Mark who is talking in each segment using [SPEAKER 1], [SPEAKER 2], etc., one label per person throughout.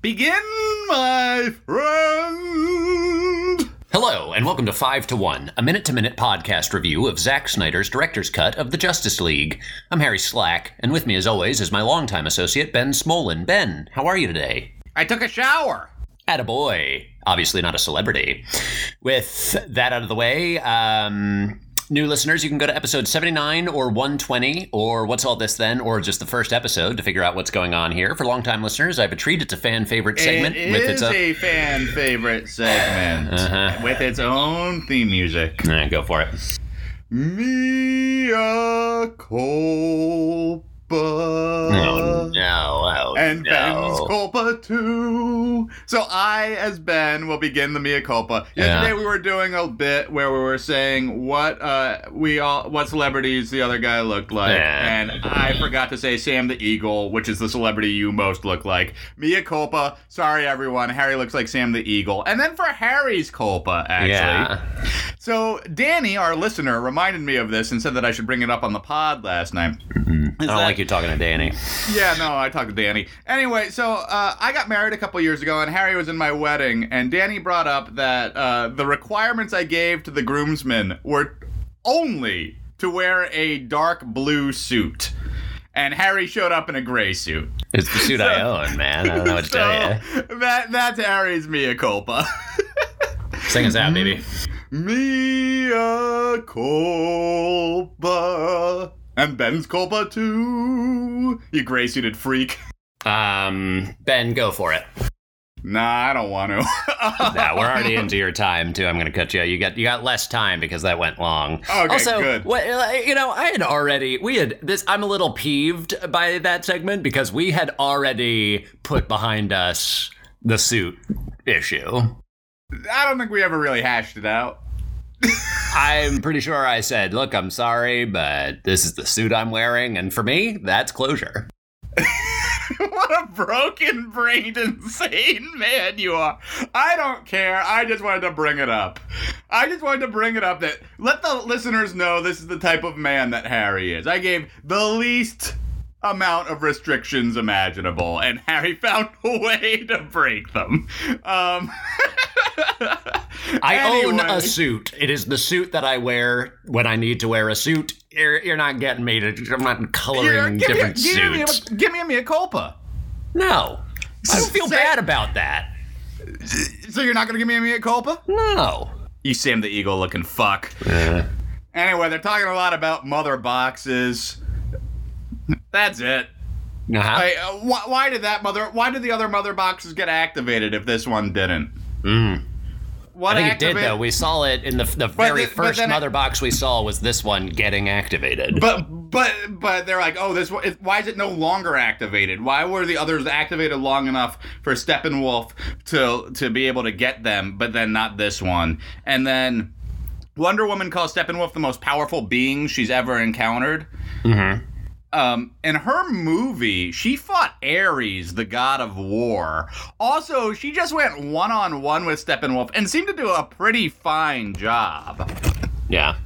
[SPEAKER 1] Begin, my friend.
[SPEAKER 2] Hello, and welcome to 5 to 1, a minute to minute podcast review of Zack Snyder's director's cut of The Justice League. I'm Harry Slack, and with me, as always, is my longtime associate, Ben Smolin. Ben, how are you today?
[SPEAKER 1] I took a shower.
[SPEAKER 2] Attaboy. Obviously not a celebrity. With that out of the way, um, new listeners, you can go to episode 79 or 120 or what's all this then, or just the first episode to figure out what's going on here. For longtime listeners, I have a treat. It's a fan favorite segment
[SPEAKER 1] it
[SPEAKER 2] with
[SPEAKER 1] is
[SPEAKER 2] its uh, own.
[SPEAKER 1] a fan favorite segment
[SPEAKER 2] Uh-huh.
[SPEAKER 1] with its own theme music.
[SPEAKER 2] All right, go for it.
[SPEAKER 1] Mia culpa.
[SPEAKER 2] Oh, no. Oh,
[SPEAKER 1] Uh, And
[SPEAKER 2] no.
[SPEAKER 1] Ben's culpa too. So I, as Ben, will begin the mea culpa.
[SPEAKER 2] Yeah.
[SPEAKER 1] Yesterday we were doing a bit where we were saying what uh we all what celebrities the other guy looked like,
[SPEAKER 2] Yeah.
[SPEAKER 1] and I forgot to say Sam the Eagle, which is the celebrity you most look like. Mea culpa. Sorry everyone. Harry looks like Sam the Eagle, and then for Harry's culpa actually.
[SPEAKER 2] Yeah.
[SPEAKER 1] So Danny, our listener, reminded me of this and said that I should bring it up on the pod last night.
[SPEAKER 2] I don't
[SPEAKER 1] that-
[SPEAKER 2] like you talking to Danny.
[SPEAKER 1] Yeah, no, I talked to Danny. Anyway, so uh, I got married a couple years ago, and Harry was in my wedding, and Danny brought up that uh, the requirements I gave to the groomsmen were only to wear a dark blue suit. And Harry showed up in a gray suit.
[SPEAKER 2] It's the suit I own, man. I don't know what to
[SPEAKER 1] So
[SPEAKER 2] tell
[SPEAKER 1] that that's Harry's mea culpa.
[SPEAKER 2] you. Sing us out,
[SPEAKER 1] mm-hmm.
[SPEAKER 2] baby.
[SPEAKER 1] Mea culpa. And Ben's culpa too. You gray suited freak.
[SPEAKER 2] Um, Ben, go for it.
[SPEAKER 1] Nah, I don't want to.
[SPEAKER 2] Nah, we're already into your time too. I'm going to cut you. You got you got less time because that went long.
[SPEAKER 1] Okay,
[SPEAKER 2] also,
[SPEAKER 1] good.
[SPEAKER 2] What, like, you know, I had already we had this. I'm a little peeved by that segment because we had already put behind us the suit issue.
[SPEAKER 1] I don't think we ever really hashed it out.
[SPEAKER 2] I'm pretty sure I said, "Look, I'm sorry, but this is the suit I'm wearing," and for me, that's closure.
[SPEAKER 1] what a broken brained, insane man you are. I don't care. I just wanted to bring it up. I just wanted to bring it up that let the listeners know this is the type of man that Harry is. I gave the least amount of restrictions imaginable, and Harry found a way to break them. Um.
[SPEAKER 2] I own
[SPEAKER 1] Anyway.
[SPEAKER 2] a suit. It is the suit that I wear when I need to wear a suit. You're, you're not getting me to. I'm not
[SPEAKER 1] Here,
[SPEAKER 2] coloring
[SPEAKER 1] give me a-
[SPEAKER 2] different
[SPEAKER 1] give me a-
[SPEAKER 2] suits.
[SPEAKER 1] Give me a mea culpa.
[SPEAKER 2] No, I don't feel
[SPEAKER 1] Say-
[SPEAKER 2] bad about that.
[SPEAKER 1] So you're not gonna give me a mea culpa?
[SPEAKER 2] No.
[SPEAKER 1] You Sam the Eagle looking fuck. Anyway, they're talking a lot about mother boxes. That's it.
[SPEAKER 2] No, how-
[SPEAKER 1] I, uh, wh- why did that mother? Why did the other mother boxes get activated if this one didn't? What
[SPEAKER 2] Hmm. I think it did
[SPEAKER 1] activate-
[SPEAKER 2] though. We saw it in the the very
[SPEAKER 1] the- but
[SPEAKER 2] first
[SPEAKER 1] then it-
[SPEAKER 2] mother box we saw was this one getting activated.
[SPEAKER 1] but but but they're like, oh, this. one- it- Why is it no longer activated? Why were the others activated long enough for Steppenwolf to to be able to get them, but then not this one? And then Wonder Woman calls Steppenwolf the most powerful being she's ever encountered.
[SPEAKER 2] Mm-hmm.
[SPEAKER 1] Um, in her movie, she fought Ares, the god of war. Also, she just went one on one with Steppenwolf and seemed to do a pretty fine job.
[SPEAKER 2] yeah.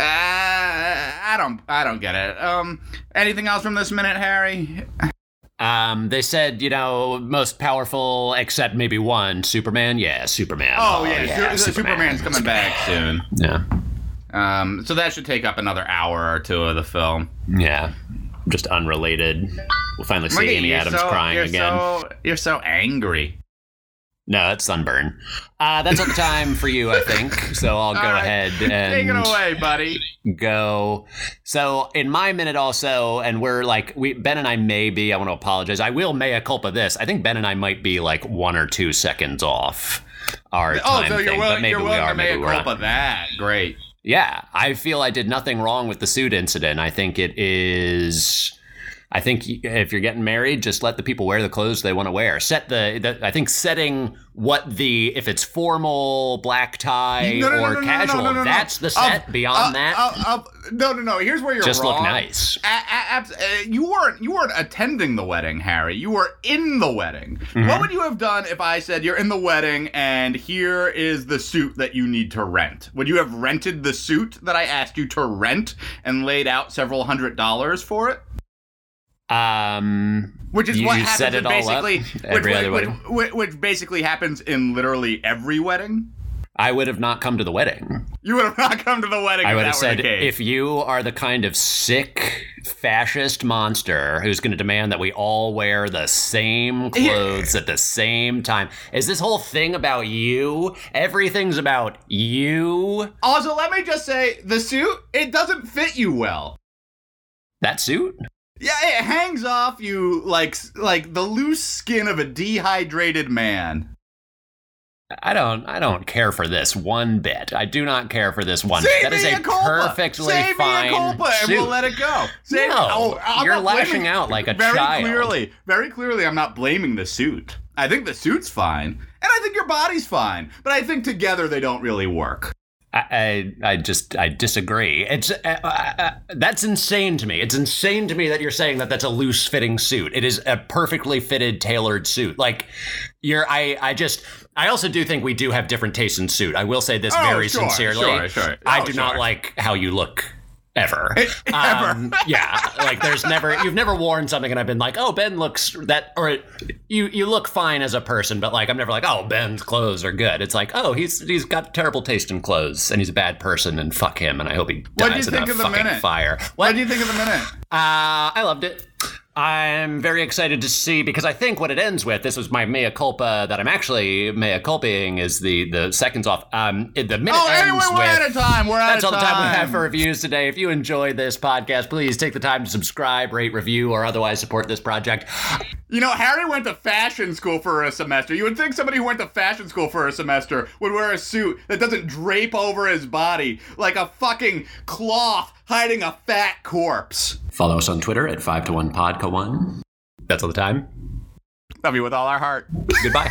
[SPEAKER 1] Uh, I don't, I don't get it. Um, anything else from this minute, Harry?
[SPEAKER 2] Um, they said, you know, most powerful except maybe one, Superman. Yeah, Superman.
[SPEAKER 1] Oh, yeah, Su-
[SPEAKER 2] Superman.
[SPEAKER 1] Superman's coming back soon.
[SPEAKER 2] Yeah.
[SPEAKER 1] Um, so that should take up another hour or two of the film.
[SPEAKER 2] Yeah. Just unrelated. We'll finally
[SPEAKER 1] Look at
[SPEAKER 2] see Amy
[SPEAKER 1] you, you're
[SPEAKER 2] Adams
[SPEAKER 1] so-
[SPEAKER 2] crying
[SPEAKER 1] you're
[SPEAKER 2] again.
[SPEAKER 1] So, you're so angry.
[SPEAKER 2] No, that's sunburn. Uh, that's all the time for you, I think. So I'll go
[SPEAKER 1] All right.
[SPEAKER 2] ahead
[SPEAKER 1] Take it
[SPEAKER 2] and
[SPEAKER 1] away, buddy.
[SPEAKER 2] go. So in my minute also, and we're like we Ben and I may be, I want to apologize. I will mea culpa this. I think Ben and I might be like one or two seconds off our
[SPEAKER 1] Oh,
[SPEAKER 2] time
[SPEAKER 1] so you're
[SPEAKER 2] thing, but
[SPEAKER 1] willing,
[SPEAKER 2] maybe
[SPEAKER 1] you're
[SPEAKER 2] we
[SPEAKER 1] willing
[SPEAKER 2] are,
[SPEAKER 1] to
[SPEAKER 2] maybe
[SPEAKER 1] make
[SPEAKER 2] we're
[SPEAKER 1] a
[SPEAKER 2] not.
[SPEAKER 1] culpa that. Great.
[SPEAKER 2] Yeah, I feel I did nothing wrong with the suit incident. I think it is. I think if you're getting married, just let the people wear the clothes they want to wear. Set the, the. I think setting what the if it's formal black tie
[SPEAKER 1] No, no, no,
[SPEAKER 2] or
[SPEAKER 1] no, no, no,
[SPEAKER 2] casual.
[SPEAKER 1] no, no, no.
[SPEAKER 2] That's the
[SPEAKER 1] Of-
[SPEAKER 2] set. Beyond
[SPEAKER 1] Uh,
[SPEAKER 2] that,
[SPEAKER 1] uh, uh, no, no, no. Here's where you're
[SPEAKER 2] just
[SPEAKER 1] wrong.
[SPEAKER 2] look nice.
[SPEAKER 1] A- a- abs- uh, you weren't you weren't attending the wedding, Harry. You were in the wedding.
[SPEAKER 2] Mm-hmm.
[SPEAKER 1] What would you have done if I said you're in the wedding and here is the suit that you need to rent? Would you have rented the suit that I asked you to rent and laid out several hundred dollars for it?
[SPEAKER 2] Um,
[SPEAKER 1] Which is
[SPEAKER 2] you
[SPEAKER 1] what
[SPEAKER 2] set
[SPEAKER 1] happens
[SPEAKER 2] it
[SPEAKER 1] in
[SPEAKER 2] all up
[SPEAKER 1] basically
[SPEAKER 2] every
[SPEAKER 1] which,
[SPEAKER 2] other
[SPEAKER 1] which,
[SPEAKER 2] wedding.
[SPEAKER 1] which, which basically happens in literally every wedding.
[SPEAKER 2] I would have not come to the wedding.
[SPEAKER 1] You would have not come to the wedding.
[SPEAKER 2] I
[SPEAKER 1] if
[SPEAKER 2] would
[SPEAKER 1] that
[SPEAKER 2] have
[SPEAKER 1] were
[SPEAKER 2] said,
[SPEAKER 1] the case.
[SPEAKER 2] if you are the kind of sick fascist monster who's going to demand that we all wear the same clothes at the same time, is this whole thing about you? Everything's about you.
[SPEAKER 1] Also, let me just say the suit, it doesn't fit you well.
[SPEAKER 2] That suit?
[SPEAKER 1] Yeah, it hangs off you like like the loose skin of a dehydrated man.
[SPEAKER 2] I don't. I don't care for this one bit. I do not care for this one.
[SPEAKER 1] Save
[SPEAKER 2] bit. That is
[SPEAKER 1] me
[SPEAKER 2] a
[SPEAKER 1] culpa.
[SPEAKER 2] perfectly
[SPEAKER 1] Save
[SPEAKER 2] fine
[SPEAKER 1] me a culpa,
[SPEAKER 2] suit.
[SPEAKER 1] and we'll let it go. Save
[SPEAKER 2] no,
[SPEAKER 1] oh, I'm
[SPEAKER 2] you're
[SPEAKER 1] not blaming-
[SPEAKER 2] lashing out like a
[SPEAKER 1] very
[SPEAKER 2] child.
[SPEAKER 1] clearly, very clearly, I'm not blaming the suit. I think the suit's fine, and I think your body's fine, but I think together they don't really work.
[SPEAKER 2] I, I, I just I disagree. It's uh, uh, uh, that's insane to me. It's insane to me that you're saying that that's a loose fitting suit. It is a perfectly fitted, tailored suit. Like you're, I, I just, I also do think we do have different tastes in suit. I will say this
[SPEAKER 1] Oh,
[SPEAKER 2] very
[SPEAKER 1] sure,
[SPEAKER 2] sincerely.
[SPEAKER 1] sure, sure.
[SPEAKER 2] I
[SPEAKER 1] Oh,
[SPEAKER 2] do not
[SPEAKER 1] sure.
[SPEAKER 2] like how you look ever. Um, yeah, like there's never you've never worn something and I've been like, oh, Ben looks that, or you you look fine as a person, but like I'm never like, oh, Ben's clothes are good. It's like, oh, he's he's got terrible taste in clothes and he's a bad person and fuck him and I hope he
[SPEAKER 1] What'd
[SPEAKER 2] dies
[SPEAKER 1] you
[SPEAKER 2] in
[SPEAKER 1] think
[SPEAKER 2] a
[SPEAKER 1] of the
[SPEAKER 2] fucking
[SPEAKER 1] minute?
[SPEAKER 2] fire.
[SPEAKER 1] What
[SPEAKER 2] What?
[SPEAKER 1] do you think of the minute?
[SPEAKER 2] Uh, I loved it. I'm very excited to see because I think what it ends with this was my mea culpa that I'm actually mea culpaing is the the seconds off. Um, it- the minute
[SPEAKER 1] Oh,
[SPEAKER 2] ends
[SPEAKER 1] anyway, we're
[SPEAKER 2] with
[SPEAKER 1] out of time. We're out
[SPEAKER 2] that's
[SPEAKER 1] of
[SPEAKER 2] all
[SPEAKER 1] time.
[SPEAKER 2] the time we have for reviews today. If you enjoyed this podcast, please take the time to subscribe, rate, review, or otherwise support this project.
[SPEAKER 1] You know, Harry went to fashion school for a semester. You would think somebody who went to fashion school for a semester would wear a suit that doesn't drape over his body like a fucking cloth hiding a fat corpse.
[SPEAKER 2] Follow us on Twitter at 5 to 1 podca1. That's all the time.
[SPEAKER 1] Love you with all our heart.
[SPEAKER 2] Goodbye.